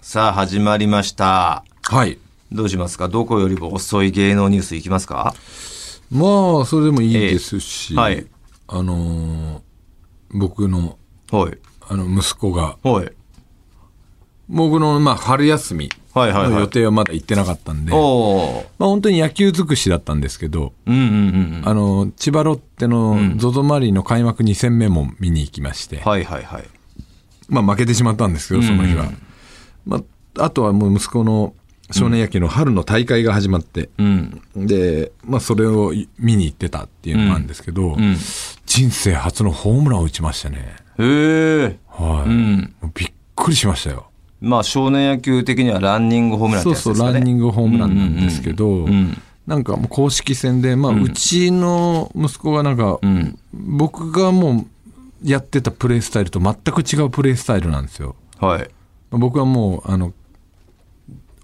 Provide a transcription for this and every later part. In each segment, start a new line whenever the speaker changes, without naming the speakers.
さあ、始まりました。
はい。
どうしますかどこよりも遅い芸能ニュースいきますか
まあ、それでもいいですし、
ええはい
あのー僕の、
はい。
あの、息子が、
はい。
僕の、まあ、春休み
はいはいはい
の予定はまだ行ってなかったんで、
おー。
まあ、本当に野球尽くしだったんですけど、
うんうんうん。
あのー、千葉ロッテの ZOZO マリーの開幕2戦目も見に行きまして、
はいはいはい。
まあ、負けてしまったんですけど、その日は。まあ、あとはもう息子の少年野球の春の大会が始まって、
うん。
で、まあ、それを見に行ってたっていうのもあるんですけど、
うん。
人生初のホームランを打ちましたね。
へえ。
はい。
うん。
もうびっくりしましたよ。
まあ、少年野球的にはランニングホームランって
そう
やつ
そ
で
う、
すかね。
ランニングホームランなんですけど、
うん。
なんかもう公式戦で、まあ、うちの息子がなんか、
うん。
僕がもうやってたプレースタイルと全く違うプレースタイルなんですよ。
はい。
僕はもう、あの、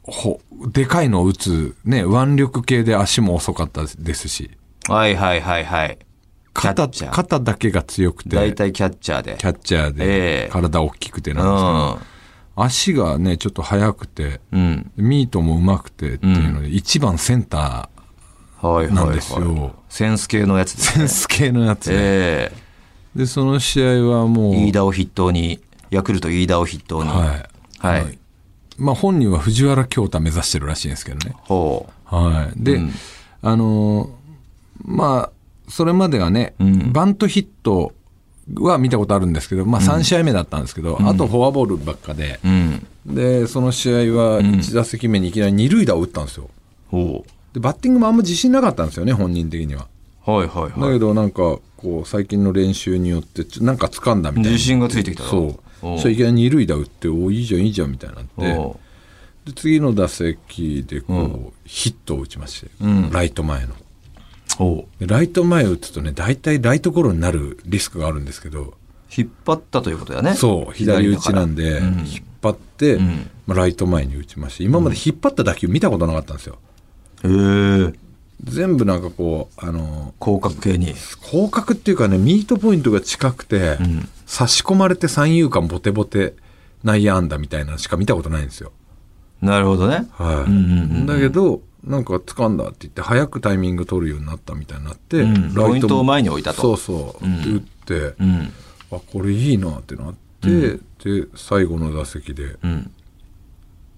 ほ、でかいのを打つ、ね、腕力系で足も遅かったですし、
はいはいはいはい。
肩、
キャッチャー
肩だけが強く
大
て、
体キャッチャーで。
キャッチャー
え
で
え
体大きくて
う
なんですけど
ん。
足がね、ちょっと速くて、
うん。
ミートもうまくてっていうので、一番センタ
はいはいはい。
なんですよ
センス系のやつで
ー、
す
セ
ね
ン。ス系のやつで。
え
で、その試合はもう、
え。飯田を筆頭に、ヤクルト飯田を筆頭に。
はい。
はい。
まあ本人は藤原京太目指してるらしいんですけどね。
ほ
はい。で、
うん
あのーまあ、それまではね、
うん
バントヒットは見たことあるんですけど、まあ3試合目だったんですけど、あとフォアボールばっかで、
う。うん。
で、その試合は1打席目にいきなり2塁打を打ったんですよ。
ほ
で、バッティングもあんま自信なかったんですよね、本人的には。
う。はいはい
だ
はい。
けどなんかこう最近の練習によってちょなんか掴んだみたいな
自信がついてきたな
そう
おう
そしたらいきなり二塁打打っておういいじゃんいいじゃんみたいになって
お
で次の打席でこう、ヒットを打ちまして、
ん
ライト前の
うおう
でライト前を打つとね大体ライトゴロになるリスクがあるんですけど
引っ張ったということだね。
そう左打ちなんで、
うん
引っ張って、
ん
まあ、ライト前に打ちまして今まで引っ張った打球見たことなかったんですよ
へえ。
全部なんかこうあの
広角系に。
広角っていうかねミートポイントが近くて、
ん
差し込まれて三遊間ボテボテ内野安打みたいなのしか見たことないんですよ、
なるほどね。
はい
うんうんうん
だけどなんか掴んだって言って早くタイミング取るようになったみたいになって、
うん
も
ポイントを前に置いたと
そうそう、
ん
打って、
うん。
あこれいいなってなって、で最後の打席で
うん。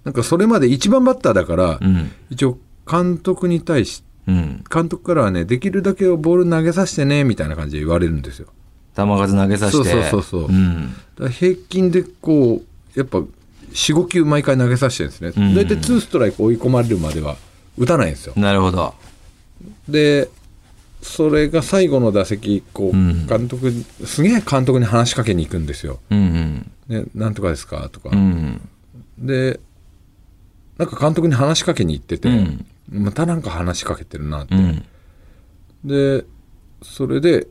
なんかそれまで一番バッターだから、
うん。
一応監督に対し
うん。
監督からはねできるだけボール投げさせてねみたいな感じで言われるんですよ
球数投げさせて。
そうそうそうそう
うん。
だから平均でこうやっぱ45球毎回投げさせてるんです
うん
ね大体2ストライク追い込まれるまでは打たないんですよ
なるほど。
でそれが最後の打席こ
うん
う監督、すげえ監督に話しかけに行くんですよ
うん
「ね、なんとかですか?」とか、
うん。うん。
でなんか監督に話しかけに行ってて、
うん
またなんか話しかけてるなって、
うん。
でそれで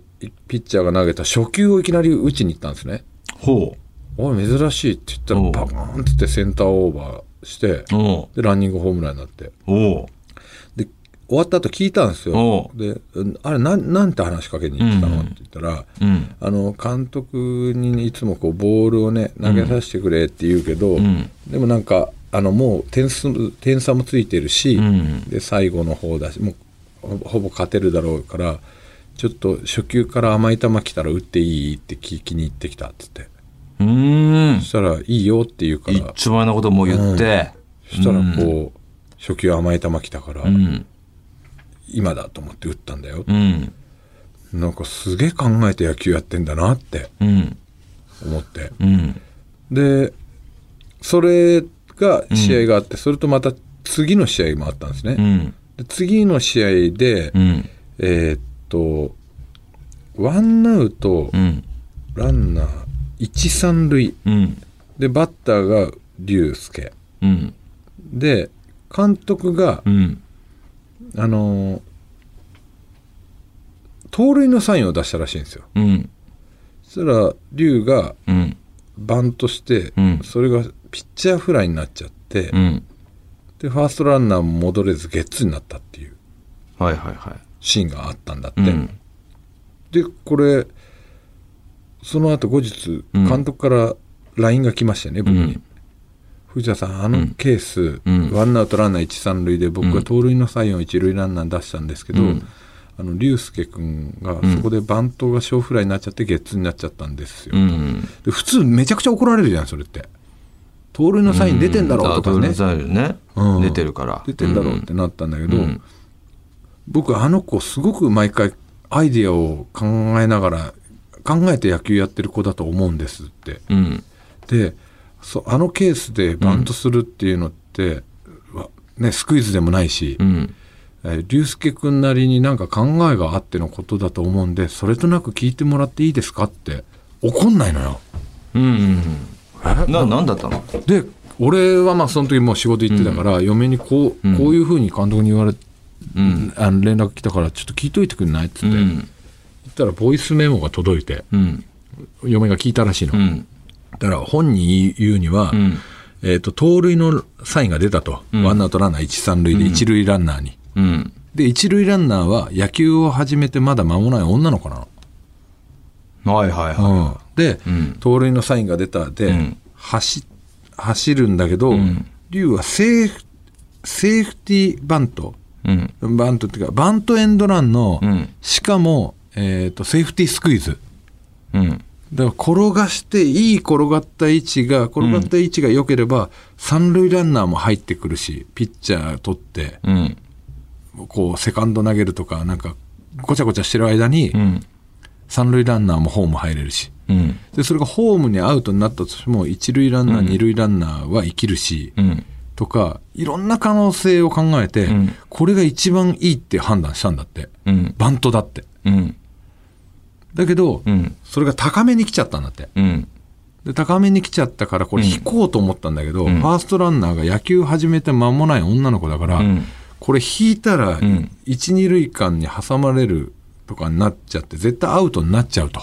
ピッチャーが投げた初球をいきなり打ちに行ったんですね
ほ
おい珍しいって言
おう
ったらバーンってってセンターオーバーして
う。おう。
でランニングホームランになって
おう。
で終わった後聞いたんですよ
お
でうんあれなんなんて話しかけに行ってたのって言ったら、
うん。
あの監督にいつもこうボールをね投げさせてくれって言うけど、
ん
でもなんかあのもう点数点差もついてるし、
ん
で最後の方だしもうほほぼ勝てるだろうからちょっと初球から甘い球来たら打っていいって聞きに行ってきたっつって。
うーん
そ。したら「いいよ」って言うから
一丁前のことも言って。
そしたらこう初球甘い球来たから
うん。
今だと思って打ったんだよ
うん。
なんかすげえ考えて野球やってんだなって
うん。
思って
うん。
でそれが試合があってそれとまた次の試合もあったんです
う
ね
ん。
で次の試合で
うん。
えーっとワンアウト
うん。
ランナー一三塁
うん。
でバッターが龍介
うん。
で監督が
うん。
あのー盗塁のサインを出したらしいんですよ。
うん。
そしたら、龍が
うん。
バントして、
うん
それがピッチャーフライになっちゃって、
うん。
で、ファーストランナーも戻れずゲッツーになったっていう
はいはいは
シーンがあったんだって。
い。うん。
で、これ、その後後日、
うん
監督から LINE が来ましてね、僕に。
うん
藤田さんあのケース、
うん
ワンアウトランナー一三塁で僕
う
が
ん
盗塁のサインを一塁ランナーに出したんですけど、
うん
あの龍介君が
ん
そこでバントが小フライになっちゃってゲッツーになっちゃったんですよ、
うん。
で普通めちゃくちゃ怒られるじゃんそれって盗塁のサイン出てんだろうとか
うん
ね、
ダブルザイルね
うん
出てるから。
出てんだろうってなったんだけど、
うん
僕あの子すごく毎回アイディアを考えながら考えて野球やってる子だと思うんですって
うん。うん。
でそあのケースでバントするっていうのって、わね、スクイズでもないし
う、ん。
えー龍介君なりになんか考えがあってのことだと思うんでそれとなく聞いてもらっていいですかって怒んないのよ。
うんうんうん。な、なんだったの
で俺はまあその時もう仕事行ってたから、嫁にこう,、
うん
こういうふうに監督に言われ
うん。
あの連絡来たからちょっと聞いといてくんないっつ
う
って、言
ん。
ったらボイスメモが届いて
うん。
嫁が聞いたらしいの、
うん。
だから本に言うには、
うん。
えー、と盗塁のサインが出たと、
ん
ワンアウトランナー一三塁で一塁ランナーに、
うん。
で一塁ランナーは野球を始めてまだ間もない女の子な
はいはいはい。
の、うん、で、
うん
盗塁のサインが出たで、
うん
走走るんだけど、
ん
龍はセーフセーフティーバント
うん。
バントっていうかバントエンドランの、
うん
しかも、えー、とセーフティースクイズ
うん。
だから転がしていい転がった位置が転がった位置が良ければ、三塁ランナーも入ってくるしピッチャー取って
うん。
こうセカンド投げるとかなんかごちゃごちゃしてる間に、
うん。
三塁ランナーもホーム入れるし
うん。
でそれがホームにアウトになったとしても一塁ランナー、二塁ランナーは生きるし、
うん。
とかいろんな可能性を考えて、
うん
これが一番いいって判断したんだって
うん。
バントだって
うん。
だけど、
うん。
それが高めに来ちゃったんだって
うん。
で高めに来ちゃったからこれ
うん
引こうと思ったんだけど、
うん
ファーストランナーが野球始めて間もない女の子だから、
うん
これ引いたら
ん
一二塁間に挟まれるとかになっちゃって絶対アウトになっちゃうと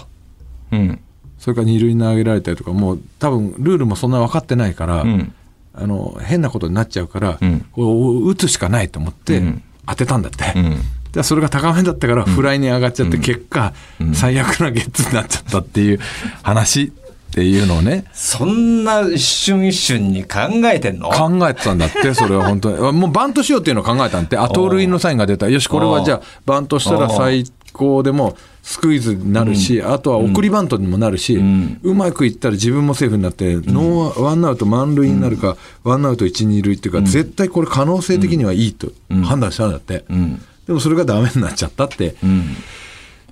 うん。
それから二塁に投げられたりとかもう多分ルールもそんな分かってないから、
うん。
あの変なことになっちゃうから、
うん
こう打つしかないと思って
うん
当てたんだって、
うん。
でそれが高めだったからフライに上がっちゃって結果、最悪なゲッツーになっちゃったっていう話っていうのをね
そんな一瞬一瞬に考えてんの
考えてたんだって、それは本当に。 もうバントしようっていうのを考えたんだって、あ、盗塁のサインが出た。よし、これはじゃあ、バントしたら最高でも、スクイズになるし、あとは送りバントにもなるし、うんまくいったら自分もセーフになって、ノーワンアウト満塁になるか、ワンアウト一、二塁っていうか、絶対これ可能性的にはいいと判断したんだって。
ん
でもそれがダメになっちゃったって
うん。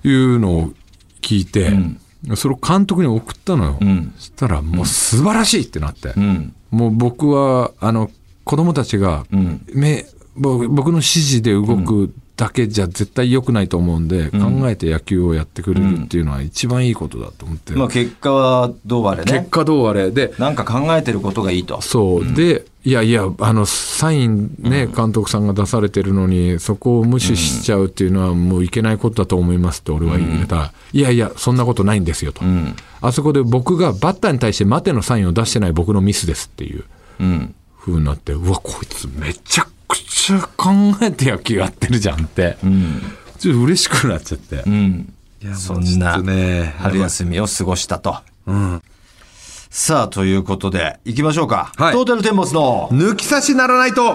いうのを聞いて、それを監督に送ったのよ。
ん
そしたら、もう素晴らしいってなって。
うん。
もう僕はあの子供たちが、
ん
めぼ僕の指示で動くだけじゃ絶対良くないと思うんで、考えて野球をやってくれるっていうのは一番いいことだと思って、
まあ結果はどうあれ
結
ね。
果どうあれで
なんか考えてることがいいと。
そう、でいやいやあのサインね、監督さんが出されてるのにそこを無視しちゃうっていうのはもういけないことだと思いますって俺は言えたら、いやいやそんなことないんですよと、
ん
あそこで僕がバッターに対して待てのサインを出してない僕のミスですっていう。
うん。
風になってうわこいつめちゃくちゃ考えて野球やってるじゃんって、
うん。
ちょっと嬉しくなっちゃって、
うん。そんな
ね
春休みを過ごしたと。
うん
さあ、ということで、行きましょうか。
はい
トータルテンボスの
抜き差しならないと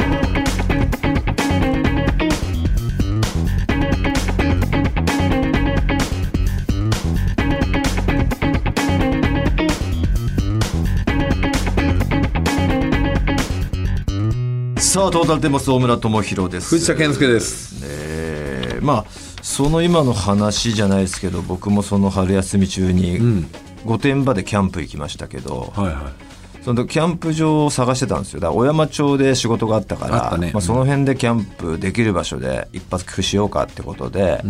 さあ、トータルテンボス大村智弘です。
藤田健介です
えーまあ、その今の話じゃないですけど、僕もその春休み中に、御殿場でキャンプ行きましたけど、
はいはい
その時キャンプ場を探してたんですよ。だから小山町で仕事があったから、
あったね
まあ、その辺でキャンプできる場所で一発工夫しようかってことで、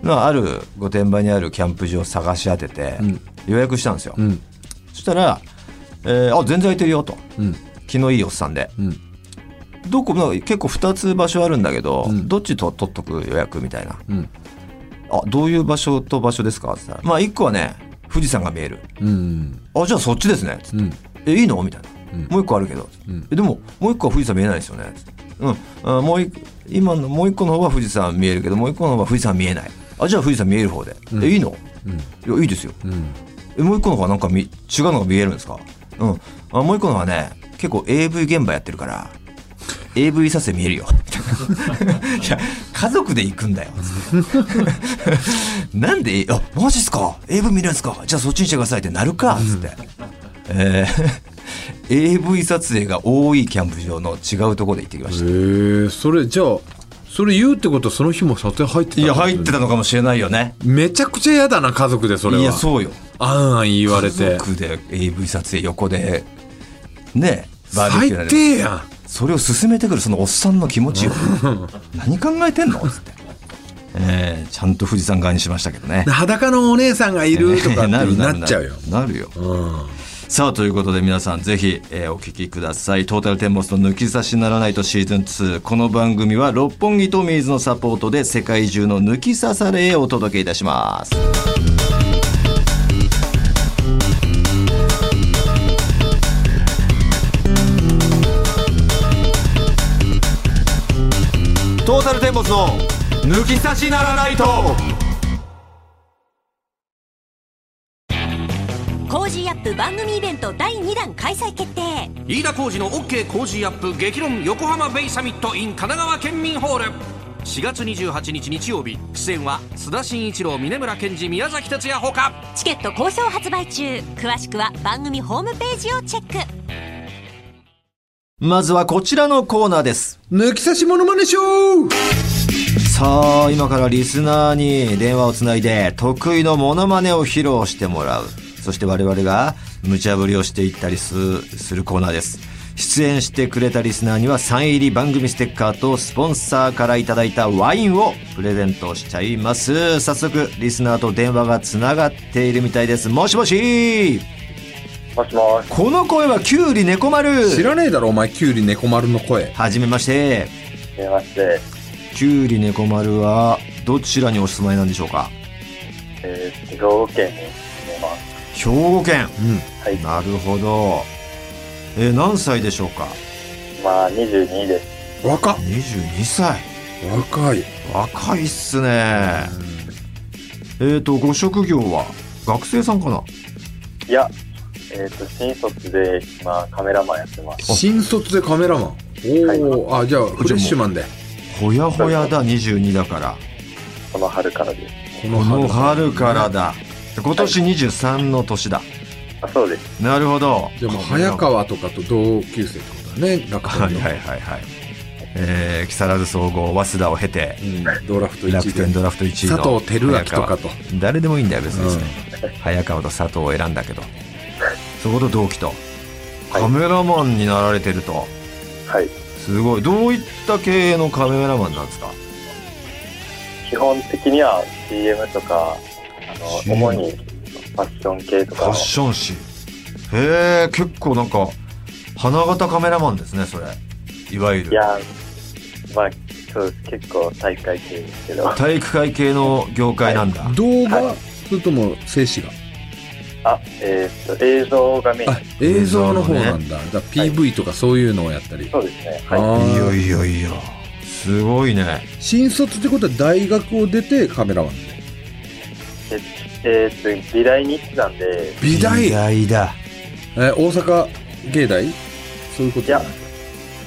まあ、ある御殿場にあるキャンプ場を探し当てて、予約したんですよ。
ん
そしたら、えーあ、全然空いてるよと。
うん
気のいいおっさんで。
うん
どこも結構2つ場所あるんだけど、どっちと取っとく予約みたいな。
うん
あ、どういう場所と場所ですかって言ったら、まあ1個はね、富士山が見える。
うん
あ、じゃあそっちですね。つって
うん
えいいのみたいな、もう一個あるけど、えでももう一個は富士山見えないですよねうんあもうい今のもう一個の方は富士山見えるけどもう一個の方は富士山見えないあじゃあ富士山見える方で、えいいの、いやいいですよ、えもう一個の方はなんかみ違うのが見えるんですかうんあもう一個の方はね結結構 AV 現場やってるから AV 撮影見えるよ いや家族で行くんだよ つってなんであマジっすか AV 見れるんですかじゃあそっちにしてくださいってなるかつって、えー AV 撮影が多いキャンプ場の違うところで行ってきました
えそれじゃあそれ言うってことはその日も撮影入ってた
いや入ってたのかもしれないよね
めちゃくちゃ嫌だな家族でそれはい
やそうよ
あんあん言われ
家
て
族で AV 撮影横でねバーベキュー
最
なんで
低やん
それを進めてくるそのおっさんの気持 ちよ何考えてんのつって、えーちゃんと富士山側にしましたけどね
裸のお姉さんがいるとかっ て
なるな
な
る
っちゃうよ
なるよ、さあということで皆さんぜひ、えーお聞きくださいトータルテンボスの抜き差しならないとシーズン2この番組は六本木トミーズのサポートで世界中の抜き差されへお届けいたしますトータルテンボスの抜き差しならないと
コージーアップ番組イベント第2弾開催決定
飯田浩二の OK 工事アップ激論横浜ベイサミット in 神奈川県民ホール4月28日日曜日出演は須田慎一郎峯村健二宮崎哲也ほか
チケット好評発売中詳しくは番組ホームページをチェック
まずはこちらのコーナーです
抜き差しモノマネショー
さあ今からリスナーに電話をつないで得意のモノマネを披露してもらうそして我々が無茶ぶりをしていったりすするコーナーです出演してくれたリスナーにはサイン入り番組ステッカーとスポンサーからいただいたワインをプレゼントしちゃいます早速リスナーと電話がつながっているみたいですもしもし
もしもし。
この声はキュウリ猫
知
丸
らねえだろお前キュウリ猫丸の声
はじめまして
電まして、
キュウリ猫丸はどちらにお住まいなんでしょうか
えー、兵庫県に住んでます。
兵庫県
うん
はい。
なるほど。えー何歳でしょうか
まあ、22です。
若っ
?22 歳。
若い
若いっすね。えっ、と、ご職業は学生さんかない
や、えっ、と、新卒で、今、カメラマンやってます。
新卒でカメラマンおお、あじゃあフレッシュマンで
ほやほやだ、22だから。
この春からです。
こ
この
春
春からだ。今年23の年だ。
あ、そうです。
なるほど。
じゃあもう早川とかと同級生ってことだね楽
は
天
い
の、
はいはいはい。えー木更津総合、早稲田を経て、
うん、ドラフト
楽
1
天
位で
ドラフト1位の
佐藤輝明とかと
誰でもいいんだよ別に、早川と佐藤を選んだけどそこと同期と
はい
カメラマンになられてると
はい。
すごいどういった系のカメラマンなんですか
基本的には CM とか、あの、
CM
主にファッション系と
フ
か
ァ
の
ッ、ション誌へえ結構なんか花形カメラマンですねそれいわゆ
い
る
や、まあ、そうです。結構大会系ですけど、あ、
体育会系の業界なんだ、
動画、
は
それとも静止画
えっ、と、映像がメイン
あ。映像の方なんだ,、だから PV とかそういうのをやったり、
そうですね。
あ
はい。
い、い
ー
よいよいいよすごいね
新卒ってことは大学を出てカメラマン
えっ、えーと、美大に行ってたんで、
美大
美大だ
えー大阪芸大そういうこと
いや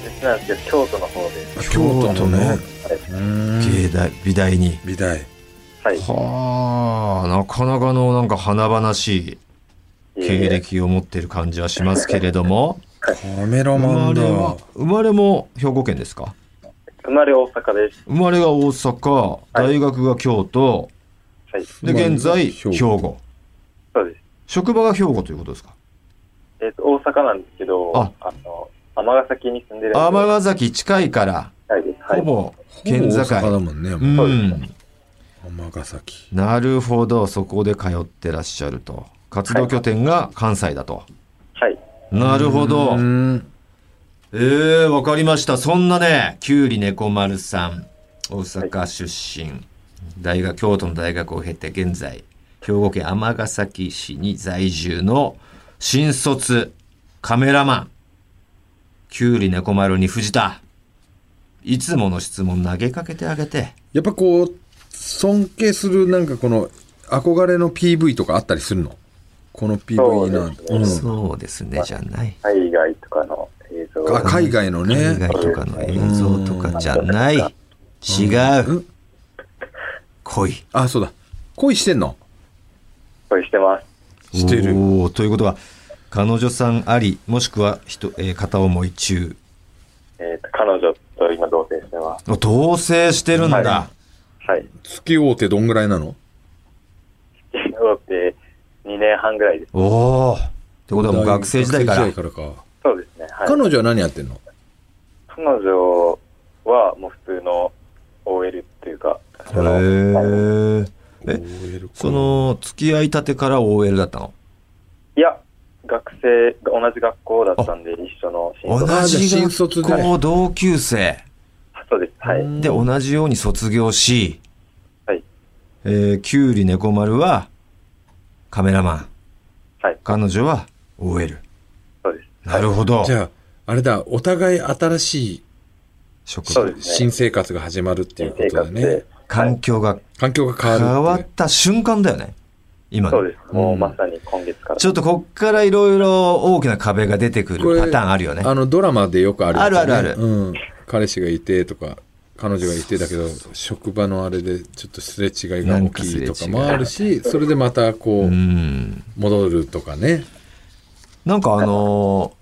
別なんですけど、京都の方で、
京都のねうーん
芸大美大に
美大
はい。
はあなかなかのなんか華々しい経歴を持ってる感じはしますけれど も、
カメラ
生
マ
ま
ン
れ
だ
は生まれも兵庫県ですか
生まれ大阪です。
生まれが大阪、
い
大学が京都、
はい。
で、
生まれが
現在、
兵
兵
庫
庫。
そうです。
職場が兵庫ということですか
えっ、と、大阪なんですけど、
あ
あの、尼崎に住んでるんで。
尼崎近いから、
はいです。
ほ
はい。
ぼ
ほ
県
ぼ
境。
大阪だもんね
う。
もうん尼崎
なるほど、そこで通ってらっしゃると。活動拠点が関西だと。
はい。
なるほど。
うん
ええわかりました。そんなね、きゅうり猫丸さん、大阪出身、大学、京都の大学を経て、現在、兵庫県尼崎市に在住の新卒カメラマン、きゅうり猫丸に藤田。いつもの質問投げかけてあげて。
やっぱこう尊敬するなんかこの憧れの PV とかあったりするのこの PV なん
そうですね
うん
そうですね、じゃない。
海外とかの映像
あ海外のね
映画とかの映像とかじゃない。違
う
う。恋。
あそうだ恋してんの
これしてます。
してる
おーということは、彼女さんあり、もしくは人、えー片思い中。
えっ、と、彼女と今同棲してます。
お同棲してるんだ。
ははい。
月大手どんぐらいなの
付き合って2年半ぐらいです。
おお。ってことはもう学生時代から。
学生時代からか
そうですね。はい。
彼女は何やってんの
彼女はもう普通の OL っていうか、
へ
そのはい
ーえ、その、付き合いたてから OL だったの
いや、学生、同じ学校だったんで、一緒の新
同
卒。
あじゃあ
じ
新卒
学
で
校同級生。
そうです。はい。
で、同じように卒業し、
はい。
えー、キュウリ猫丸はカメラマン。
はい。
彼女は OL。
そうです。
なるほど
じ。ゃああれだお互い新しい
職
そうですね。
新生活が始まるっていうことだ
新生
ね
活
環境が
環境が変わるって
変わった瞬間だよね。今ね
そうです。もうまさに今月から。
ちょっとこっからいろいろ大きな壁が出てく
これ
るパターンあるよね。
あのドラマでよくあるやつだね
あるあるある
うん、彼氏がいてとか彼女がいてだけど職場のあれでちょっとすれ違いが大きいとかもあるしそれでまたこ
う。
うん戻るとかね
なんかあの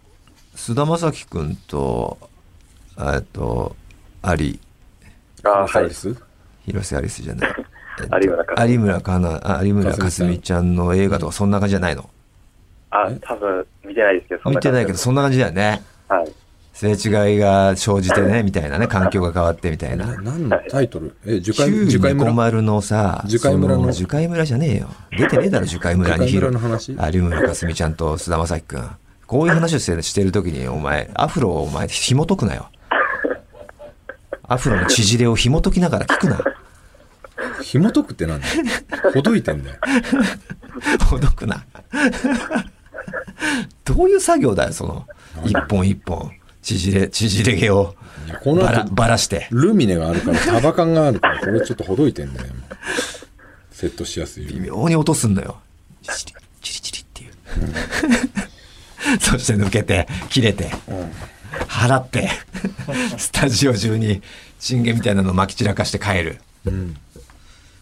ー、菅田将暉くんと、えっと、アリ、
あ
サ
は
ー
い
ビ。ス
広瀬アリスじゃ ない。えっと
有村架純
有村かな、あ有村架純ちゃんの映画とかそんな感じじゃないの
あ、多分見てないですけど、そん
見
な
て
感じ
ないけど、そんな感じだよね。
はい。
すれ違いが生じてね、みたいなね、環境が変わってみたいな。
何のタイトルえ樹
キ
海
ュウ
樹
リ
海
猫
村
丸のさ、
樹海村の
そ樹海村じゃねえよ。出てねえだろ、樹海村に。
樹海村の話
あ有村架純ちゃんと菅田将暉くん。こういう話をしてしてる時に、お前、アフロをお前、紐解くなよ。アフロの縮れを紐解きながら聞くな。
紐解くって何だよほどいてんだよ
ほどくな。 どういう作業だよ、その、一本一本、縮れ、縮れ毛を
いやこの
ばら
後
ばらして。
ルミネがあるから束感があるからこれちょっとほどいてんだよ今セットしやすいように
微妙に落とすんのよ。チリチリチリっていう。そして抜けて、切れて、払って、スタジオ中にチンゲみたいなの撒き散らかして帰る。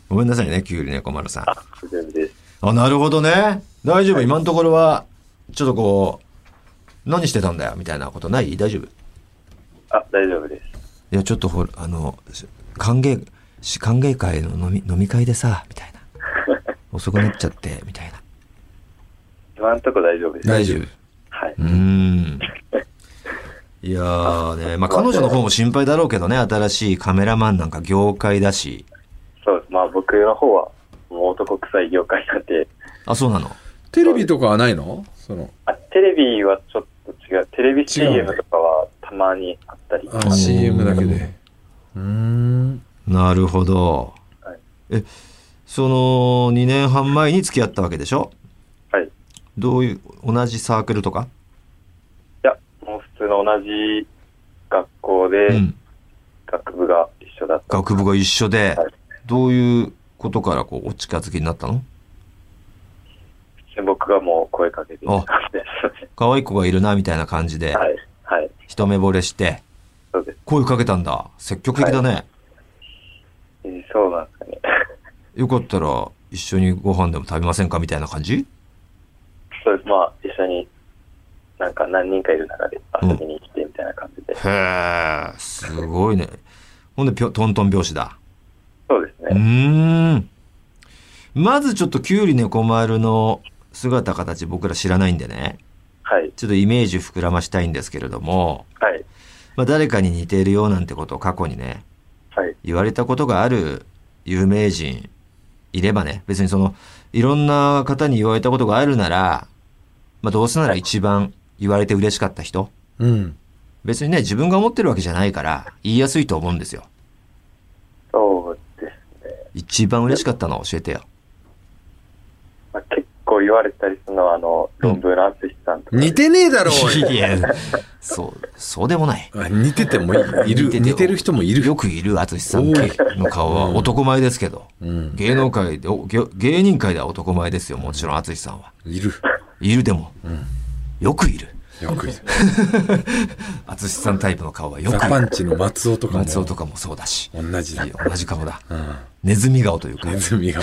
ごめんなさいね、キュウリね、小丸さん。
大丈夫です。
あ、なるほどね。大丈夫、今のところは、ちょっとこう、何してたんだよ、みたいなことない大丈夫い
あ、大丈夫です。
や、ちょっとほら、あの、し歓迎、し歓迎会の飲み、飲み会でさ、みたいな。遅くなっちゃって、みたいな。
今のところ大丈夫です。
大丈夫。。
はいう
ーん。いやーね、まあ彼女の方も心配だろうけどね、新しいカメラマンなんか業界だし。
そうです。まあ僕の方は、もう男臭い業界なんで、
あ、そうなの。
テレビとかはないのその
あ、テレビはちょっと違う。テレビ CM とかはたまにあったり。
あ CM だけでうーん
なるほど
はい。
え、その、2年半前に付き合ったわけでしょ
はい。い
どういう、同じサークルとか
や、もう普通の同じ学校で、
うん。
学部が一緒だった。
学部が一緒で
はい、
どういうことからこう、お近づきになったの
で僕がもう声かけて
あ
は
可愛い子がいるな、みたいな感じで、
い。はい。
一目惚れして、
そうです。
声かけたんだ。積極的だね。
えーそうなんですかね。
よかったら、一緒にご飯でも食べませんかみたいな感じ
そうです。まあ、一緒に、なんか何人かいる中で遊びに来てみたいな感じで。
へえ、すごいね。ほんで、ぴょトントン拍子だ。
そうです
う
ね。
ーん。まずちょっと、キュウリ猫丸の姿形、僕ら知らないんでね。
はい。
ちょっとイメージ膨らましたいんですけれども、
はい。
まあ、誰かに似ているよなんてことを過去にね、
はい。
言われたことがある有名人いればね、別にその、いろんな方に言われたことがあるなら、まあ、どうせなら一番言われて嬉しかった人、
うん
別にね、自分が思ってるわけじゃないから、言いやすいと思うんですよ。
そうです。
一番嬉しかったの教えてよ。
まあ、結構言われたりするのは、あの、論文の淳さんとか。
似てねえだろおい
いや、そう、そうでもない。
あ似ててもいいいる
似
似
て
て
て
る人もいる
よくいる淳さん系の顔は男前ですけど、
うん
芸能界で、お芸芸人界では男前ですよ、もちろん淳さんは。
いる
いるでも、よくいる。
よく言う
淳さんタイプの顔はよく
ザ
言う
パンチの松尾とかも
松尾とかもそうだし
同じだ
いいよ同じ顔だ、ネズミ顔というか
ネズミが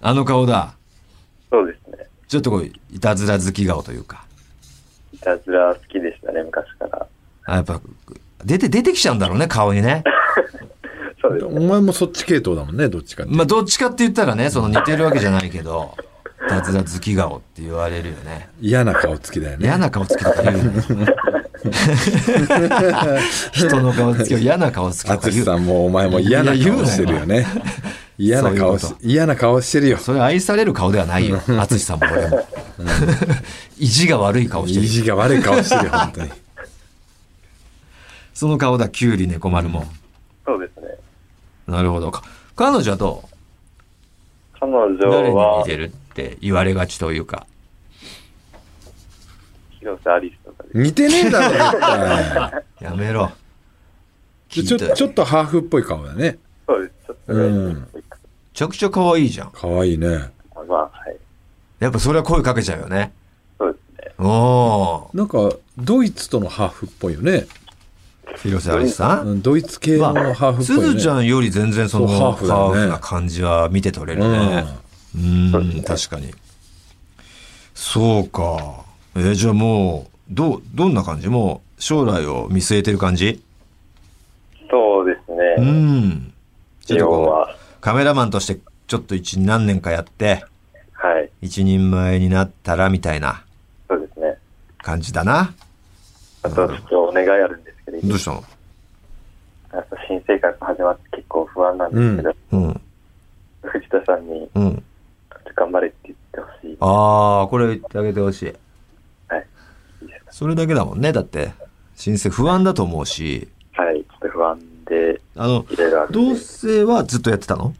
あの顔だ
そうですね。
ちょっとこういたずら好き顔というか
いたずら好きでしたね、昔から。
あやっぱ出て出てきちゃうんだろうね顔にね
そうです。
お前もそっち系統だもんねどっちかって
まあどっちかって言ったらねその似てるわけじゃないけどいたずら好き顔って言われるよね
嫌な顔つきだよね
嫌な顔つきとか言う よね人の顔つきを嫌な顔つきとか言
淳
う
さんもお前も嫌な顔してるよね嫌な顔
そういう
し
こ
嫌な顔してるよ
それ愛される顔ではないよ淳さんも俺も意地が悪い顔
意
してる
地が悪い顔してるよ本当に
その顔だキュウリ猫丸も
そうですね。
なるほどか彼女はどう
彼女
誰に似
は、
てるって言われがちというか
広瀬アリスとかです。
似てねえだろ絶対
やめろ
でちょちょっとハーフっぽい顔だね
そうです。ちょっとね、
うん
ちょくちょく可愛いじゃん
可愛いね
まあ、はい。
やっぱそれは声かけちゃうよね
そうですね。
お
なんかドイツとのハーフっぽいよね
ー広瀬アリスさ
うんんドイツ系の
ま
ハー
あ、
フっ
す
ぽいよ
ず
ね
ちゃんより全然その
そう
ハ
ハ
ー
ー
フ
フだね
な感じは見て取れるね
うん
う
そうです
ん
ね
確かにそうかえーじゃあもうどうどんな感じもう将来を見据えてる感じ
そうです
う
ね。
んちょっと
要
こ
は、
うカメラマンとしてちょっと一何年かやって
はい。
一人前になったらみたいな
そうですね。
感じだな
あと、ちょっとお願いあるんですけど、
どうしたの
あと新生活始まって結構不安なんですけど、
うん
藤田さんに、
うん
頑張れって言ってほしい。
ああこれ言ってあげてほしい
はい。
それだけだもんねだって申請不安だと思うし
はい。ちょっと不安で、
あの
いろいろあるんで
同棲はずっとやってたの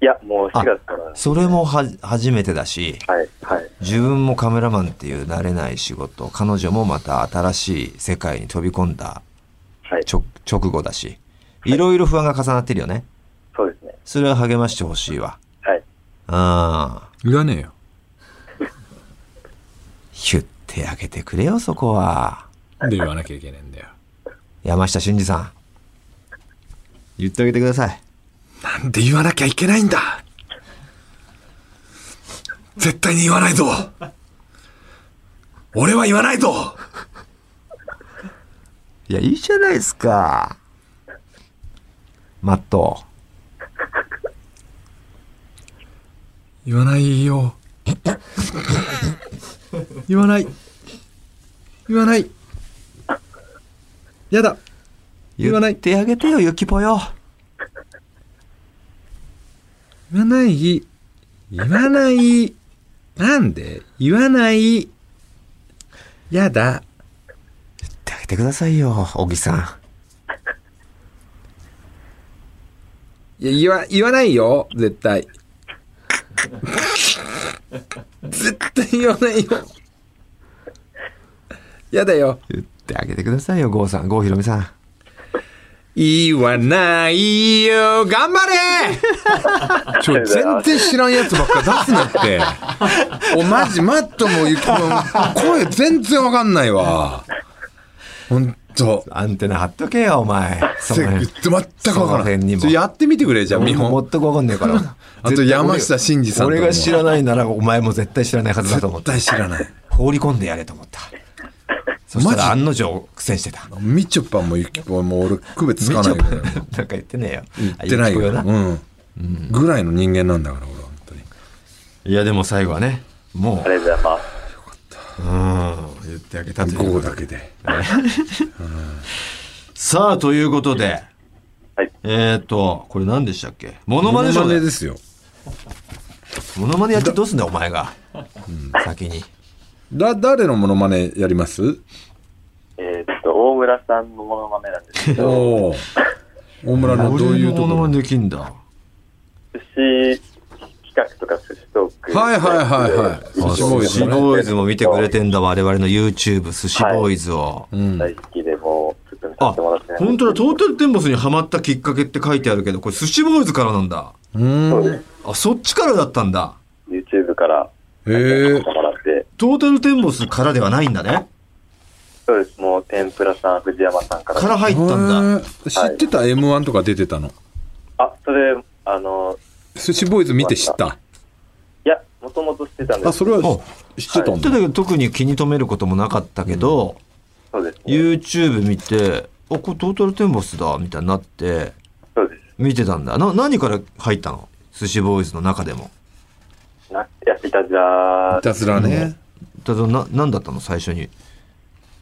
いや、もう4月から。はい。
それもは初めてだし
はい。
自分もカメラマンっていう慣れない仕事彼女もまた新しい世界に飛び込んだ
はい。
直直後だしいろいろ不安が重なってるよね
そうですね。
それは励ましてほしいわ
はい。
ああ
いらねえよ
言ってあげてくれよそこは
なんで言わなきゃいけないんだよ
山下俊二さん言ってあげてください
なんで言わなきゃいけないんだ絶対に言わないぞ俺は言わないぞ
いやいいじゃないですかマット
言わないよ言わない言わないやだ言わない
言ってあげてよゆきぽよ
言わない言わないなんで言わないやだ
言ってあげてくださいよ小木さん
いや言わ言わないよ絶対絶対言わないよやだよ
言ってあげてくださいよ郷さん郷ひろみさん
言わないよ頑張れちょ全然知らんやつばっか出すなっておマジマットもゆきも声全然わかんないわほんと
アンテナ張っとけよお前そ
せ
の辺
全くわ
その
から
辺
ん
にも
ちょやってみてくれじゃあ見
も
本
っとわかんねえから
あと山下真司さんと
俺
も
が知らないならお前も絶対知らないはずだと思っ
絶
た
対知らない
放り込んでやれと思ったそした
マ
ら
ジ
案の定苦戦してたみ
みちょぱもゆきぽもう俺区別つ
ち
か
ょ
ない
ぱ なん
よ
か言ってねえよ
言ってない
あゆ
よ
きぽな
うんぐらいの人間なんだから俺は本当に
いやでも最後はねも
ありがとうございます。
ううん言ってあげたという
午
こ
後
と
だ
で
けで
さあということで
はい
えっとこれ何でしたっけモノマネショー
モ
だ
ノ
よ
マですよ
モノマネやってどうすんだよお前が先 に
だ誰のモノマネやります
えーっと、大村さんのモノマネなんですけど、
おお大村のどういうとこ
俺のモノマ
ろ
ネできんだ
寿司企画とか寿司トーク。
はいはいはいはい
寿
寿
司
司
ボー
ボー
イ
イ
ズ、
ズね
も見てくれてんだ我々の YouTube 寿司ボーイズを、
うん
大好きでもう、ちょっと見
あ
させてもらってない
本当だトータルテンボスにハマったきっかけって書いてあるけどこれ寿司ボーイズからなんだ
うーん
そうです。
あそっちからだったんだ
YouTube から
へえ
見させてもらって、
トトータルテンボスからではないんだね。
そうです。もう、天ぷらさん、藤山さんから。
から入ったんだ。
へー知ってた m 1とか出てたの
あ、それ、あの、
寿司ボーイズ見て知った
いや、もともと知ってたんです
あそれは知ってた
言
ん
って
だ、
たけど特に気に留めることもなかったけど、
そうです、ね。
YouTube 見て、あ、これトータルテンボスだ、みたいになって、
そうで
見てたんだ。な、何から入ったの寿司ボーイズの中でも。
す。な、いや、いたじゃ
いたずらね、
だとな、なんだったの最初に。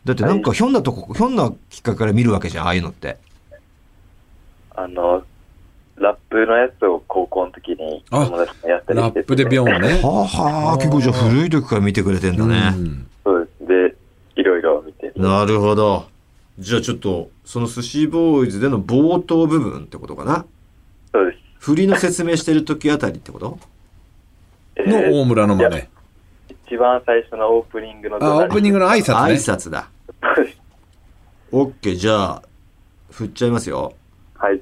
だってなんかひょんなとこ、ひょんなきっかけから見るわけじゃん、ああいうのって。
あの、ラップのやつを高校の時に
あ
友達がやったり
ラ
してて
ップでビョンをね
はあはあ、結構じゃあ古い時から見てくれてんだね。
うん
そうです。で、いろいろ見て。
なるほど。じゃあちょっと、その寿司ボーイズでの冒頭部分ってことかな
そうです。
振りの説明してる時あたりってこと
えー
の大村の真似
一番最初のオープニングの
あオープニン
グ。
グの挨拶
挨
ね
拶だ。オッケー、じゃあ、振っちゃいますよ。
はい。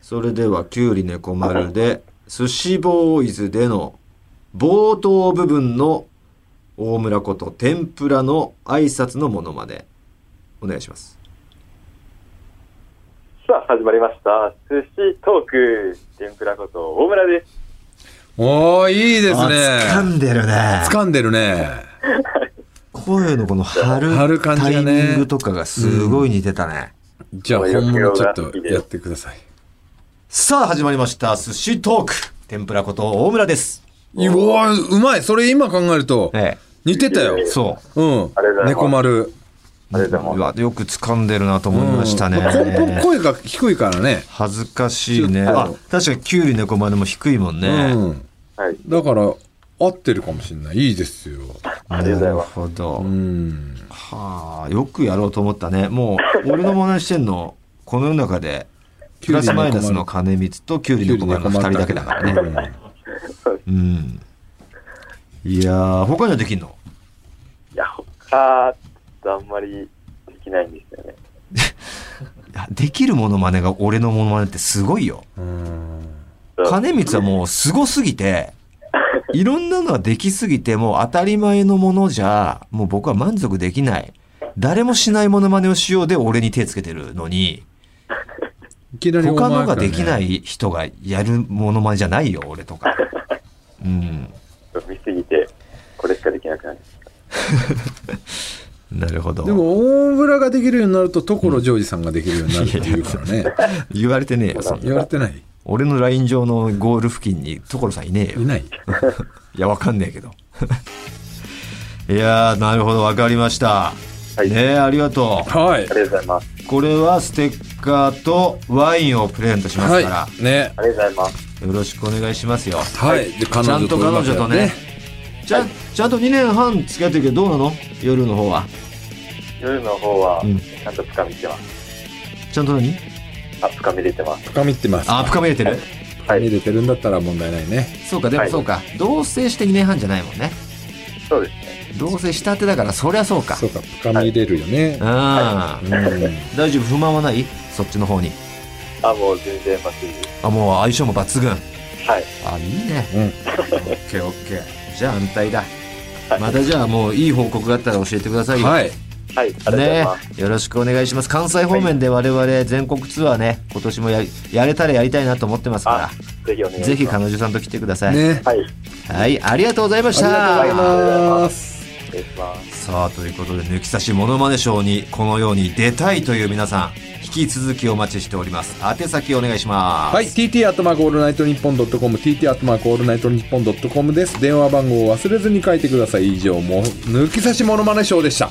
それでは、きゅうりねこまるで、寿司ボーイズでの冒頭部分の大村こと天ぷらの挨拶のものまで、お願いします。
さあ、始まりました。寿司トーク。天ぷらこと大村です。
おーいいです
あ掴
ね
んでるね。
掴んでるね
声のこの張
張
る
る感じ
タ
が
イ
ね
ミングとかがすごい似てたね。
じゃあ本物ちょっとやってください
さあ、始まりました。寿司トーク。天ぷらこと大村です。
うわーうまいそれ今考えると
え
似てたよ
え。そう。
うん
ありがとうございます
猫丸
ありがとうございうま
わよく掴んでるなと思いましたね。
うん根本声が低いからね
恥ずかしいね。
ちょっと
あ、確かにキュウリ猫丸も低いもんね。
うん
す。はい。
だから合ってるかもしれないいいですよ
なるほど
う。ん
はあ、よくやろうと思ったね。もう、俺の真似してんの、この世の中で、プラスマイナスの金光とキュウリ猫丸の二人だけだからね。
ね
うん。いやー、他にはできんの
いや、他、あんまりできないんですよね。
いやできるモノマネが俺のモノマネってすごいよ。金光はもうすごすぎて、いろんなのはできすぎて、もう当たり前のものじゃ、もう僕は満足できない。誰もしないモノマネをしようで俺に手つけてるのに、
いきなりお前
他
からね
のができない人がやるモノマネじゃないよ、俺とか。うん。
見すぎて、これしかできなくなる。
なるほど。
でも大村ができるようになると所ジョージさんができるようになるっていうからね
言われてねえよ、そんな
言われてない
俺のライン上のゴール付近に所さんいねえよ
い。ない
いや、わかんねえけど。 いやー、なるほど、わかりました。
はい
ねえありがと
はい
ありがとうございます。
う。これはステッカーとワインをプレゼントしますから、
はいね
ありがとうございます。
よろしくお願いしますよ。
はいで彼
ちゃん
女
と
と
彼女とね。ちゃん、ちゃんと2年半付き合ってるけどどうなの夜の方は。
夜の方は、
うん
ちゃんとつかみてます。
ちゃんと何
あ、つかみれてます。
深みってます
あ、深めれてる。
は
見
い。
れてるんだったら問題ないね
そうか、でも
はい
そうか。同棲して2年半じゃないもんね。
そうですね。
同棲したてだから、そりゃそうか。
そうか深み入れるよね
うん。大丈夫不満はないそっちの方に。
あ、もう全然バッチリです。
あ、もう相性も抜群。
はい。
あ、いいね。
うん
オッケーオッケー。じゃあ安泰だ。またじゃあもういい報告があったら教えてくださいよ。
はい
はい。ありがとうござい
ね
ます。、
よろしくお願いします。関西方面で我々全国ツアーね、今年もややれたらやりたいなと思ってますか、
あぜひお願
ら、
いします。
ぜひ彼女さんと来てください。
ね
はい。
はい、ありがとうございまし
あ
た。
りがとうございます
失礼します。
さあということで抜き差しモノマネショーにこのように出たいという皆さん引き続きお待ちしております宛先お願いします
はい、TT アットマークオールナイトニッポンドットコム、TT アットマークオールナイトニッポンドットコムです。電話番号を忘れずに書いてください。以上、もう抜き差しモノマネショーでした。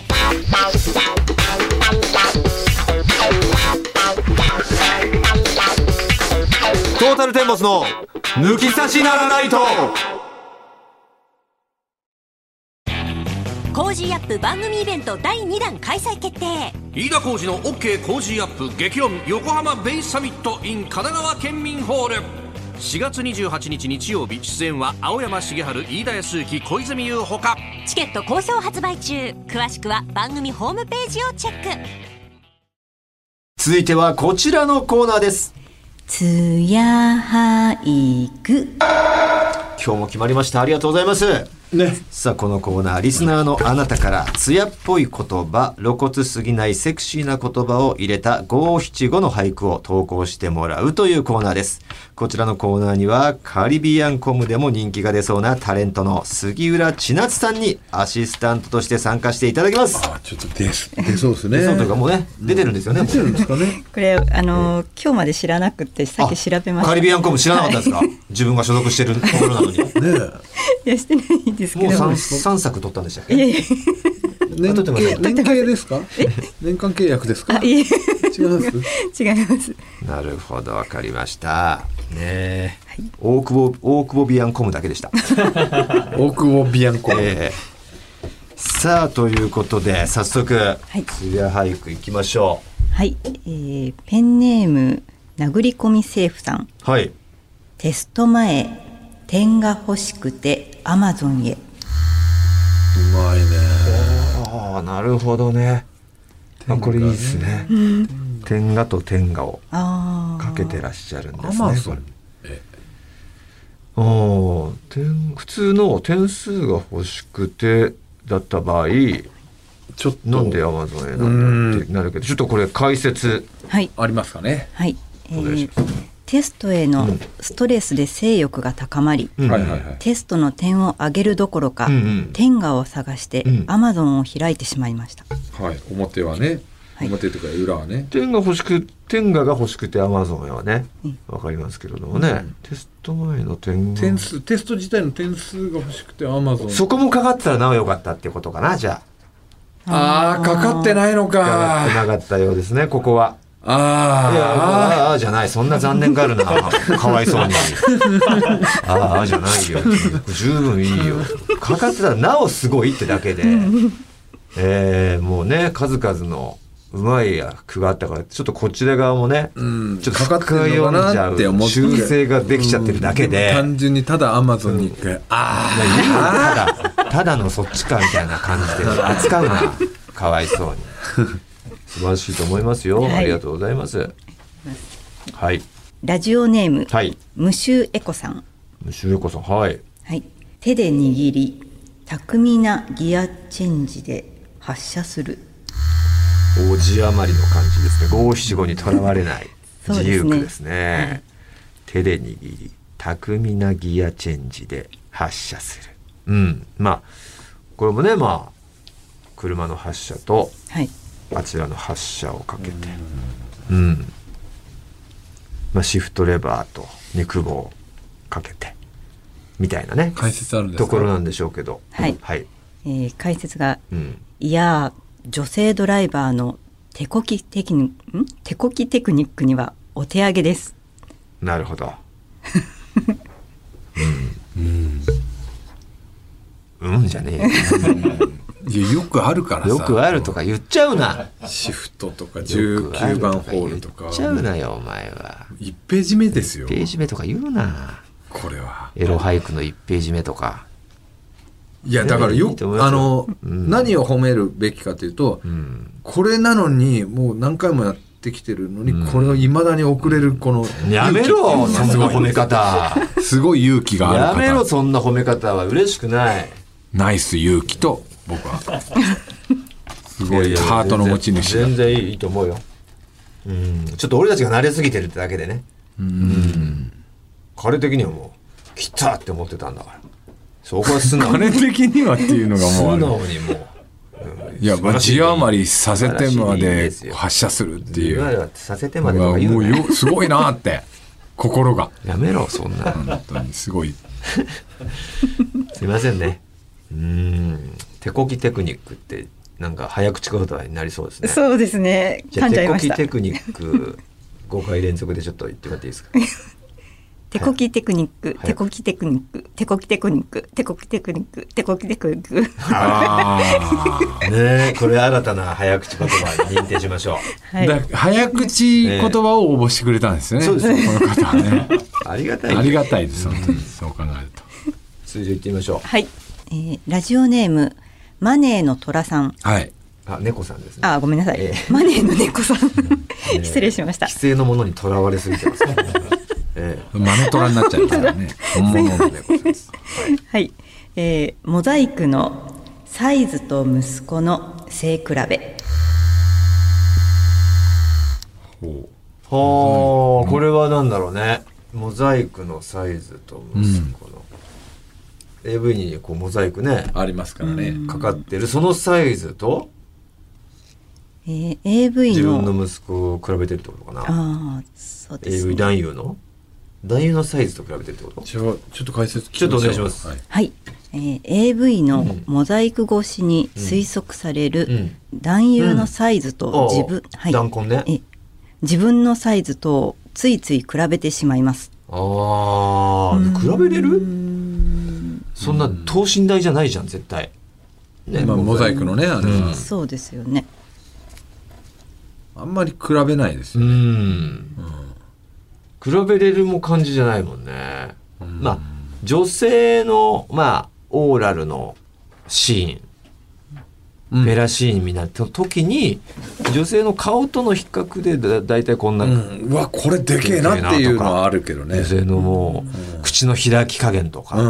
トータルテンボスの抜き差しならないと
コージーアップ番組イベント第2弾開催決定
飯田浩司の OK 工事アップ激論横浜ベイサミット in 神奈川県民ホール4月28日日曜日出演は青山茂春飯田康之小泉優ほか
チケット好評発売中詳しくは番組ホームページをチェック
続いてはこちらのコーナーです
つや俳句
今日も決まりましたありがとうございます
ね
さあこのコーナーリスナーのあなたから艶っぽい言葉露骨すぎないセクシーな言葉を入れた五七五の俳句を投稿してもらうというコーナーですこちらのコーナーにはカリビアンコムでも人気が出そうなタレントの杉浦千夏さんにアシスタントとして参加していただきます
あちょっと出す出そうですね
そうというかもうね出てるんですよね、
出てるんですかね
これあの今日まで知らなくてさっき調べました
カリビアンコム知らなかったですか、自分が所属してるところな のに
いやしてないんですけ
もう
ど
三三作取ったんでしたっけ
いやいや
年
とても大丈
年契ですか年間契約 ですか
あ
違い
いえ
ます
違います
なるほど、わかりました。ねえ、大久保、大久保ビアンコムだけで した。
大久保ビアンコ
ええさあ、ということで、早速、
い
つや俳句いきましょ
はい、えーペンネーム殴り込み政府さん
う。はい。
テスト前点が欲しくてアマゾンへ
まいね
ああ、なるほどね。あ、これいいですね。天下と天下を
あ
かけてらっしゃるんで
ア
すね
マゾ。ン
ああ、点、普通の点数が欲しくて、だった場合。
ちょっと
なんでアマゾンへなんだってなるけど、ちょっとこれ解説。
あはい
ありますかね
はい、え
お願いし
ーテストへのストレスで性欲が高まり、
うん
はいはいはい
テストの点を上げるどころか、
うんうん
天下を探して
うん
アマゾンを開いてしまいました、
はい表はね
はい
表というか裏はね
天が欲しく天下が欲しくてアマゾンはね
うん
わかりますけれどもね、テスト前の天下
点数テスト自体の点数が欲しくてアマゾン
そこもかかってたらなおよかったっていうことかなじゃ
ああかかってないの
あかかってな
か
かったようですねここは。いや
あ
あーあーじゃないそんな残念があるなかわいそうにあーあーじゃないよ十分いいよかかってたらなおすごいってだけでえー、もうね数々のうまい句があったからちょっとこちら側もね、
ん
ちょっと
かかってんのかなって思って
深く読んじゃう修正ができちゃってるだけで、
単純にただアマゾンに一回あ
いやいいよただただのそっちかみたいな感じで扱うなかわいそうに素晴らしいと思いますよ、
はい
ありがとうございますはい
ラジオネーム、
はい
無臭エコさん、
虫子さんはい
はい、手で握り巧みなギアチェンジで発射する
王子余りの感じですね五七五にとらわれない
そう
自
ですね
由句ですね手で握り巧みなギアチェンジで発射するうんまあこれもねまあ車の発射と
はい
あちらの発射をかけてうん、まあ、シフトレバーと肉棒をかけてみたいなね
あ解説あるんです
と
か
ころなんでしょうけど
はい
はい
えー解説が
うん、
「いやー女性ドライバーの手こきテクニん手こきテクニックにはお手上げです
なるほ どうん、うん、じゃね
いやよくあるから
え
さ
よよくあるとか言っちゃうな
シフトとか
よくある
19番ホールとか
言っちゃうなよお前は
1ページ目ですよ
ページ目とか言うな
これは
エロ俳句の1ページ目とか
いやだから
い
よ
いと思いますよ
あの、何を褒めるべきかというと、これなのにもう何回もやってきてるのに、これをいまだに遅れるこの
やめろそん
す
な
ごい
褒め方
すごい勇気がある
や
方
めろそんな褒め方は嬉しくない
ナイス勇気と僕はすごいハートの持ち主
全然いいと思うようんちょっと俺たちが慣れすぎてるってだけでねうん彼的にはもう来たって思ってたんだからそこは素直に
金的にはっていうのが
素
もうある
直にもう
いやまあ字余りさせてま
素晴らしいいい
で
ですよ
発射するってい
今
う
はさせて
う
ま
わ
でとか言う
もう
な
よすごいなって心が
やめろそんな
本当にすごい
すいませんねうん手こきテクニックってなんか早口言葉になりそうですね
そうですね
じゃ
噛
あ
んじゃ
手
い
こ
まし
き
た
テクニック5回連続でちょっと言ってもらっていいです か
手こきテクニック
い
手こきテクニック手こきテクニック手こきテクニック手こきテクニッ ク
あ
ねえこれ新たな早口言葉に認定しましょう
はい
だ早口言葉を応募してくれたんですよね、
ええそうです
この方はね
ありがたい
ありがたいです本当にそう考えると
通常行ってみましょ
はい、えーラジオネームマネーの虎さん
はい、
うあ猫さんですね
あーごめんなさい、
え
マネーの猫さん失礼しました
規制のものにとらわれすぎてます ね、え
マネトラになっちゃいますからね本物の猫です
はい、えーモザイクのサイズと息子の背比べ
はあ、これはなんだろうね。モザイクのサイズと息子の。AV にこうモザイクね、
ありますからね。
かかってる、そのサイズと
えー AV の
自分の息子を比べてるってことかな。
ああそうです、
AV
ね、
男優の男優のサイズと比べてるってこと
ちょちょっと解説聞き
ちょっとお願いします
はい
はい、えー AV のモザイク越しに推測される男優のサイズと自分、
うんああ男根ね
え自分のサイズとついつい比べてしまいます
ああ、比べれるそんな等身大じゃないじゃん、絶対。ね
まあ、モザイクのね、あれは
そうですよね
あんまり比べないです
う
よ。
ん。比べれるも感じじゃないもんね。まあ、女性の、まあ、オーラルのシーン、
うん
フェラシーンになった時に、女性の顔との比較でだだいたいこんな、
うん。うわ、これでけえなっていうのはあるけどね
女。性のもう、口の開き加減と
う
か、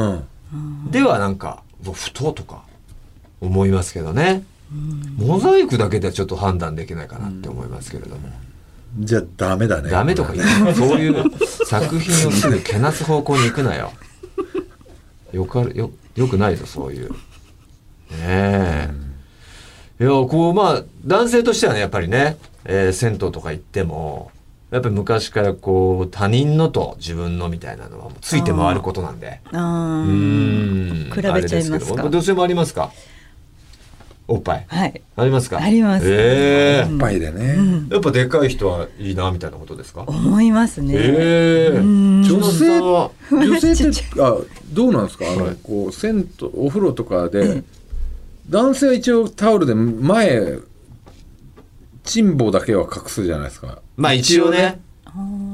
ん。
ではなんか、うわ太とか思いますけどね。モザイクだけではちょっと判断できないかなって思いますけれども。
じゃあ、ダメだね。
ダメとか言うなそういう作品をすぐけなす方向に行くなよ。よかる、よ、よくないぞ、そういう。ねえ。いや、こう、まあ、男性としてはね、やっぱりね、えー銭湯とか行っても、やっぱり昔からこう、他人のと自分のみたいなのはもうついて回ることなんで。
あ
う
ー
ん
比べちゃいますか
あれでけど女性もありますかおっぱい。
はい
ありますか
あります
ええ
いっぱいでね。
やっぱでかい人はいいな、みたいなことですか
思いますね、
ええ
女性
は
女性 っ
ちっち
てあどうなんですかあの、
はい
こう銭湯お風呂とかで男性は一応タオルで前チンボだけは隠すじゃないですか
まあ一応ね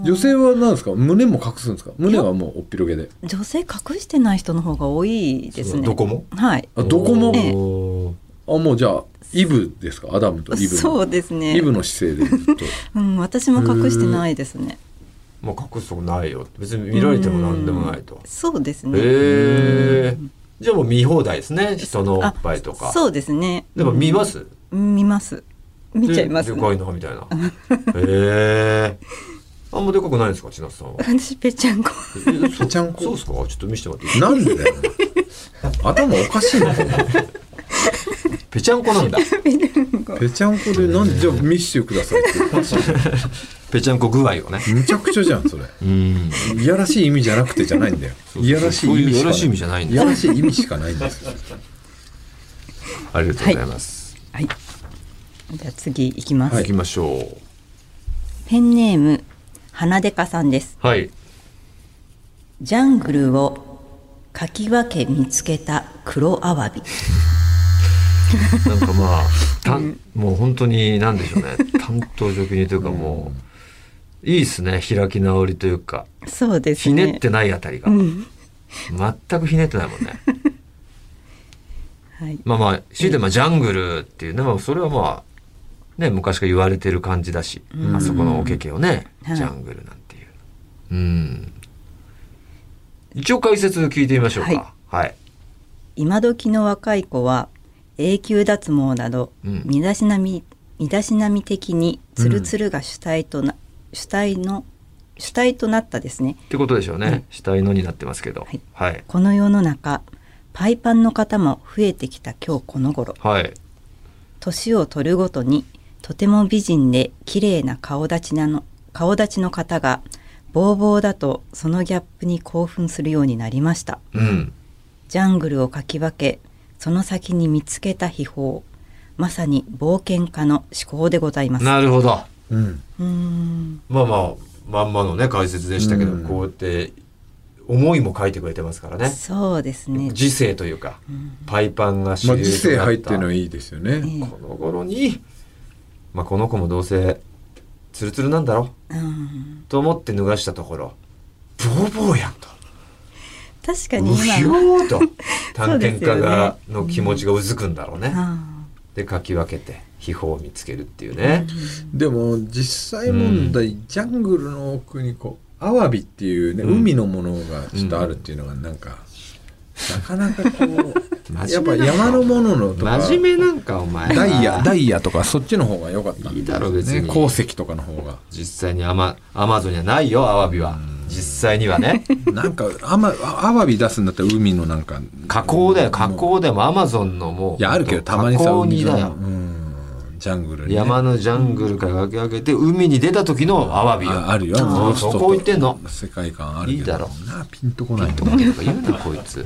女性は何ですか胸も隠すんですか胸はもうおっぴろげで
女性隠してない人の方が多いですね
どこも
はい
あどこも、
ええ
あもうじゃあイブですかアダムとイブの
そうですね
イブの姿勢でずっと
うん私も隠してないですね
まあ隠すとこないよ別に見られても何でもないと
そうです
へ
ね、
えじゃあもう見放題ですね人のおっぱいと
あ
か
そうですね
でも見ます
見ます見ちゃいます、
で
ね
で、かいなみたいなへえあんまでかくないんですか千夏 さんは
私ぺっちゃんこ
えそ
ぺちゃんこ
そうですかちょっと見せてもらっていい
なんでだよ頭おかしいな
ぺちゃんこ なんだ
ぺちゃんこでなんでじゃあ見せてください って
ぺちゃんこ具合をね
むちゃくちゃじゃんそれ
うん
いやらしい意味じゃなくてじゃないんだよ。いやらしい
そうい
意
う
味
い
し
や
から
しい意
な
味じゃないん
い。い
だ
やらしい意味しかないんですよ。
ありがとうございます
はいじゃあ次いきます、
行きましょう
ペンネーム花でかさんです
はい
ジャングルをかき分け見つけた黒アワビ
なんかまあ、 たもう本当に何でしょうね担当職人というかもう、いいっすね開き直りというか
そうです
ひ
ね
ねってないあたりが、全くひねってないもんね
はい、
まあまあ強いてまあジャングルっていうね、まあ、それはまあね昔から言われてる感じだし、あそこのおけけをね、
はい
ジャングルなんていううん一応解説聞いてみましょうかはい、
今時の若い子は永久脱毛など
うん
身だしなみ、身だしなみ的にツルツルが主体とな、主体の主体となったですね
ってことでしょうね、死体のになってますけど
はい
はい、
この世の中パイパンの方も増えてきた今日この頃
はい
年を取るごとにとても美人で綺麗な顔立ちなの顔立ちの方がボーボーだとそのギャップに興奮するようになりました
うん
ジャングルをかき分けその先に見つけた秘宝まさに冒険家の思考でございます
なるほど
うん。
まあまあまんまのね解説でしたけど、こうやって思いも書いてくれてますからね
そうですね
時世というか、パイパンが主
まあ
流
時
と
世
な
入
っ
ってる
た
のはいいですよね。
この頃に、まあ、この子もどうせツルツルなんだろ
うん
と思って脱がしたところボーボーやんと
確か
う
に
ひ
今
ょ
の
ー と探検家がの気持ちがうずくんだろうね。
あ
でかき分けて秘宝を見つけるっていうね。
でも実際問題、ジャングルの奥にこうアワビっていうね、海のものがちょっとあるっていうのがなんか、なかなかこう
真
やっ
面目
ぱ
な
山のもののとか
真面目なんかお前
ダイヤダイヤとかそっちの方が良かったん
いいだろ別に
鉱石とかの方が
実際にアマアマゾンにはないよアワビは実際には ね
なんかあまアワビ出すんだったら海のなんか
加工だよ加工でもアマゾンのもう
いやあるけどたまに
加
さ
工
海
に
沿い
だ
の
よ
うんジャングルにね
山のジャングルから分け上げて海に出た時のアワビよ
ああるよ
もうそこ行ってんの
世界観あるけど
いいだろ
なピンとこない
とか言うなこいつ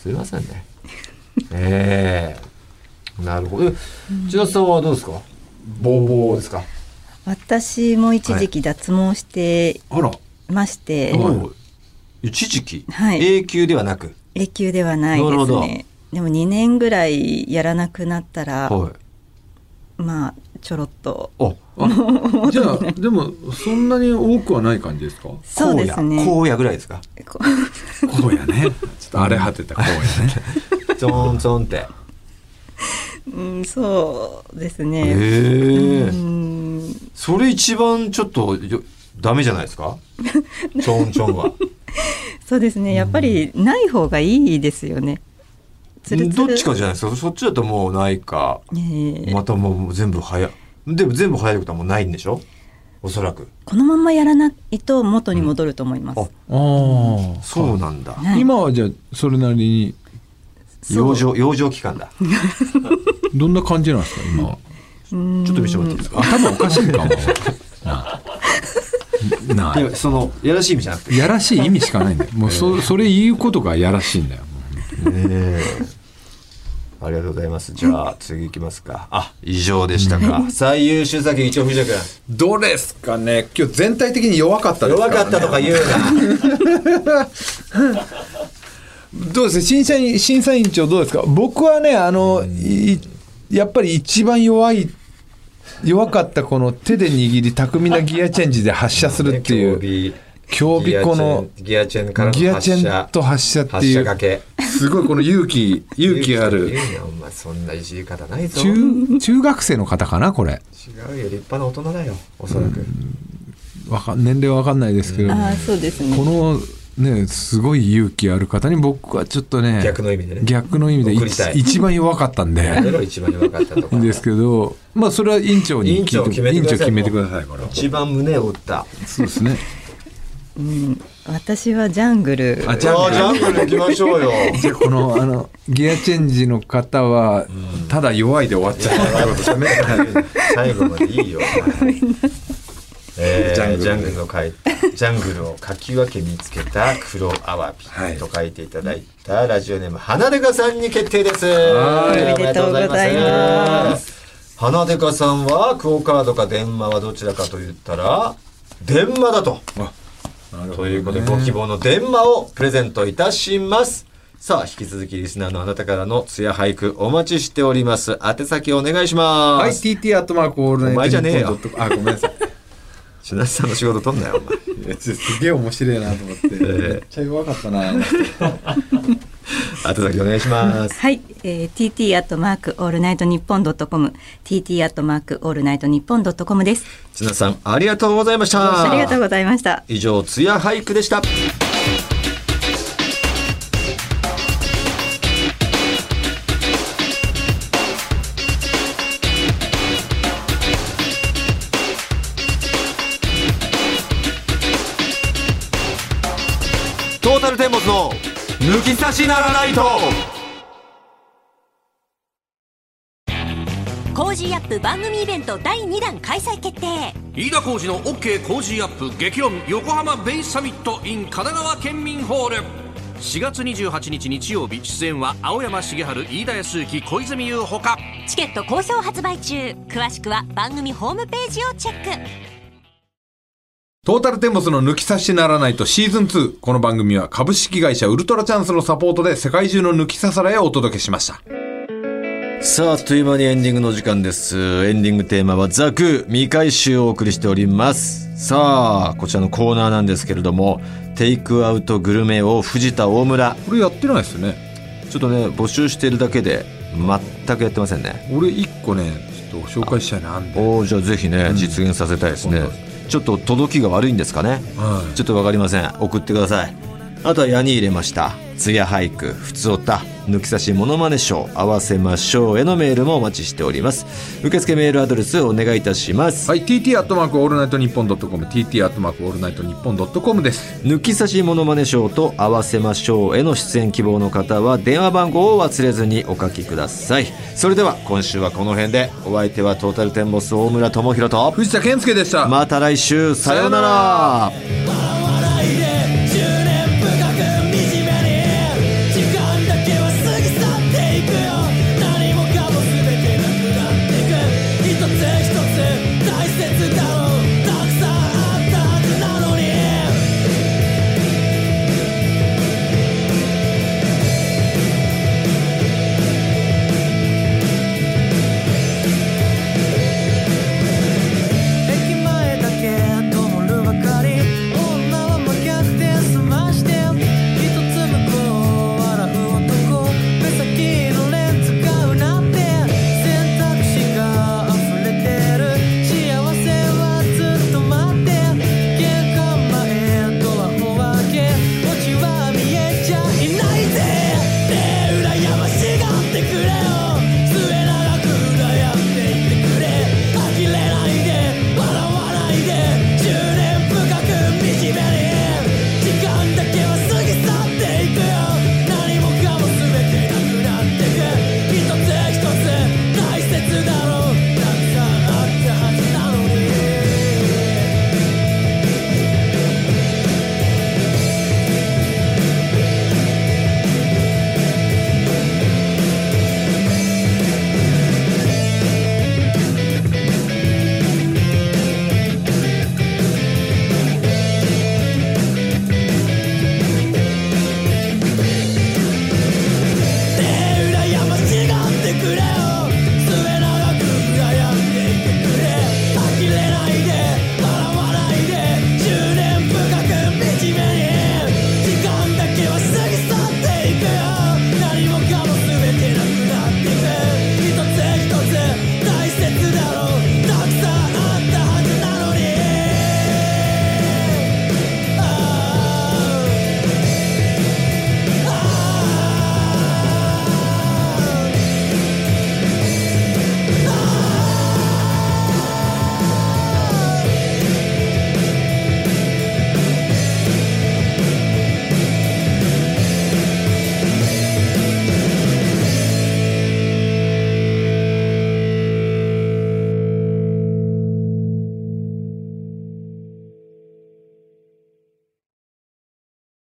すいませんねええなるほどえ千田さんはどうですかボーボーですか
私も一時期脱毛して
あら
まして、
はい一時期、
はい
永久ではなく
永久ではない
な
で
るほ
す
ど
ねでも2年ぐらいやらなくなったら、
はい
まあちょろっと
お
あじゃあでもそんなに多くはない感じですか
そうですね
荒野ぐらいですか
こ
こうやねちょっと荒れ果てたこうやね
ちょんちょんっ て
ううんそうです
へ
ね、
え
うん
それ一番ちょっとよダメじゃないです かちょんちょんは
そうですねやっぱりない方がいいですよねつるつ
ど
る
っちかじゃないですかそっちだともうないか
ええ
またもう全部早いでも全部早いことはもうないんでしょおそらく
このまんまやらないと元に戻ると思います、
うんあ
あ
そうなんだ
はい
今はじゃあそれなりに
そう
養生養生期間だち
どんな感じなんですか今は
うん
ょっと見せてもらっていいですか
頭おかしい かもなあなあ
でそのやらしい意味じゃなくて
やらしい意味しかないんだよもうそそれ言うことがやらしいんだよもう
ええありがとうございますじゃあ次いきますかあ以上でしたか最優秀作品一応藤田君
どれですかね今日全体的に弱かったです
弱
から、ね、
かったとか言う
どうです審査員審査員長どうですか僕はねあのいやっぱり一番弱い弱かったこの手で握り巧みなギアチェンジで発射する
な
っていう強
ギ
尾
ア
この
ギアチェンからの
ギア
発
チ
射
ェンと発射って
発
い
射
う
掛け
すごいこの勇気勇気ある
言うなお前そんないじり方ないぞ違うよ
中中学生の方かなこれ
立派な大人だよおそらく
わかん年齢は分かんないですけど、
ああそうですね
このねすごい勇気ある方に僕はちょっとね
逆の意味でね
逆の意味で
送りたい
一一番弱かったんで
やめろ一番弱かったとか
ですけどまあそれは院長に
院長
聞いて
決めてください
院長決めてくださいこれは
一番胸を打った
そうですね
私はジャングル
あジャングル
ングル行きましょうよ
じゃあこのあのギアチェンジの方はただ弱いで終わっちゃった
最後までいいよお前えー
ジャングル
ジャングルの書いジャングルをかき分け見つけた黒アワ
は
ビ
い
と書いていただいたラジオネーム花でかさんに決定です
はい
おめでとうございます
花でかさんはクオカードか電話はどちらかと言ったら電話だとということで、ご希望の電話をプレゼントいたします。さあ、引き続きリスナーのあなたからのツヤ俳句お待ちしております。宛先お願いしま
はい
す。
TT アットマークオールナイト
お前じゃねえよ
ニッポンドットあごめんなさい
しなしさんの仕事取んなよ、お前。
いやちょっとすげえ面白いなと思って、めっちゃ弱かったな
宛先お願いします。
はい、えー、TT アットマークオールナイトニッポンドットコム TT アットマークオールナイトニッポンドットコムです
しなさん、ありがとうございました。
ありがとうございました
以上、ツヤ俳句でした。トータルテンボスの抜き差しならないと
コージーアップ番組イベント第2弾開催決定
飯田浩二の OK 工事アップ激論横浜ベイサミット in 神奈川県民ホール4月28日日曜日出演は青山茂春飯田康之小泉優ほか
チケット好評発売中詳しくは番組ホームページをチェック
トータルテンボスの抜き差しならないとシーズン2。この番組は株式会社ウルトラチャンスのサポートで世界中の抜き差されをお届けしました。
さああっという間にエンディングの時間ですエンディングテーマは「ザ・ク」未回収をお送りしておりますさあこちらのコーナーなんですけれどもテイクアウトグルメを藤田大村
これやってないですよね。
ちょっとね募集しているだけで全くやってませんね
俺一個ね、ちょっと紹介したいのあんで。
おおじゃあぜひね実現させたいですね、
本当
ちょっと届きが悪いんですかね、
はい
ちょっとわかりません送ってくださいあとは矢に入れました艶俳句ふつおた抜き差しモノマネショー合わせましょうへのメールもお待ちしております受付メールアドレスお願いいたします、
はい、TT アットマークオールナイトニッポンドットコム、TT アットマークオールナイトニッポンドットコムです。
抜き差しモノマネショーと合わせましょうへの出演希望の方は電話番号を忘れずにお書きくださいそれでは今週はこの辺でお相手はトータルテンボス大村智広と
藤田健介でした。
また来週さようなら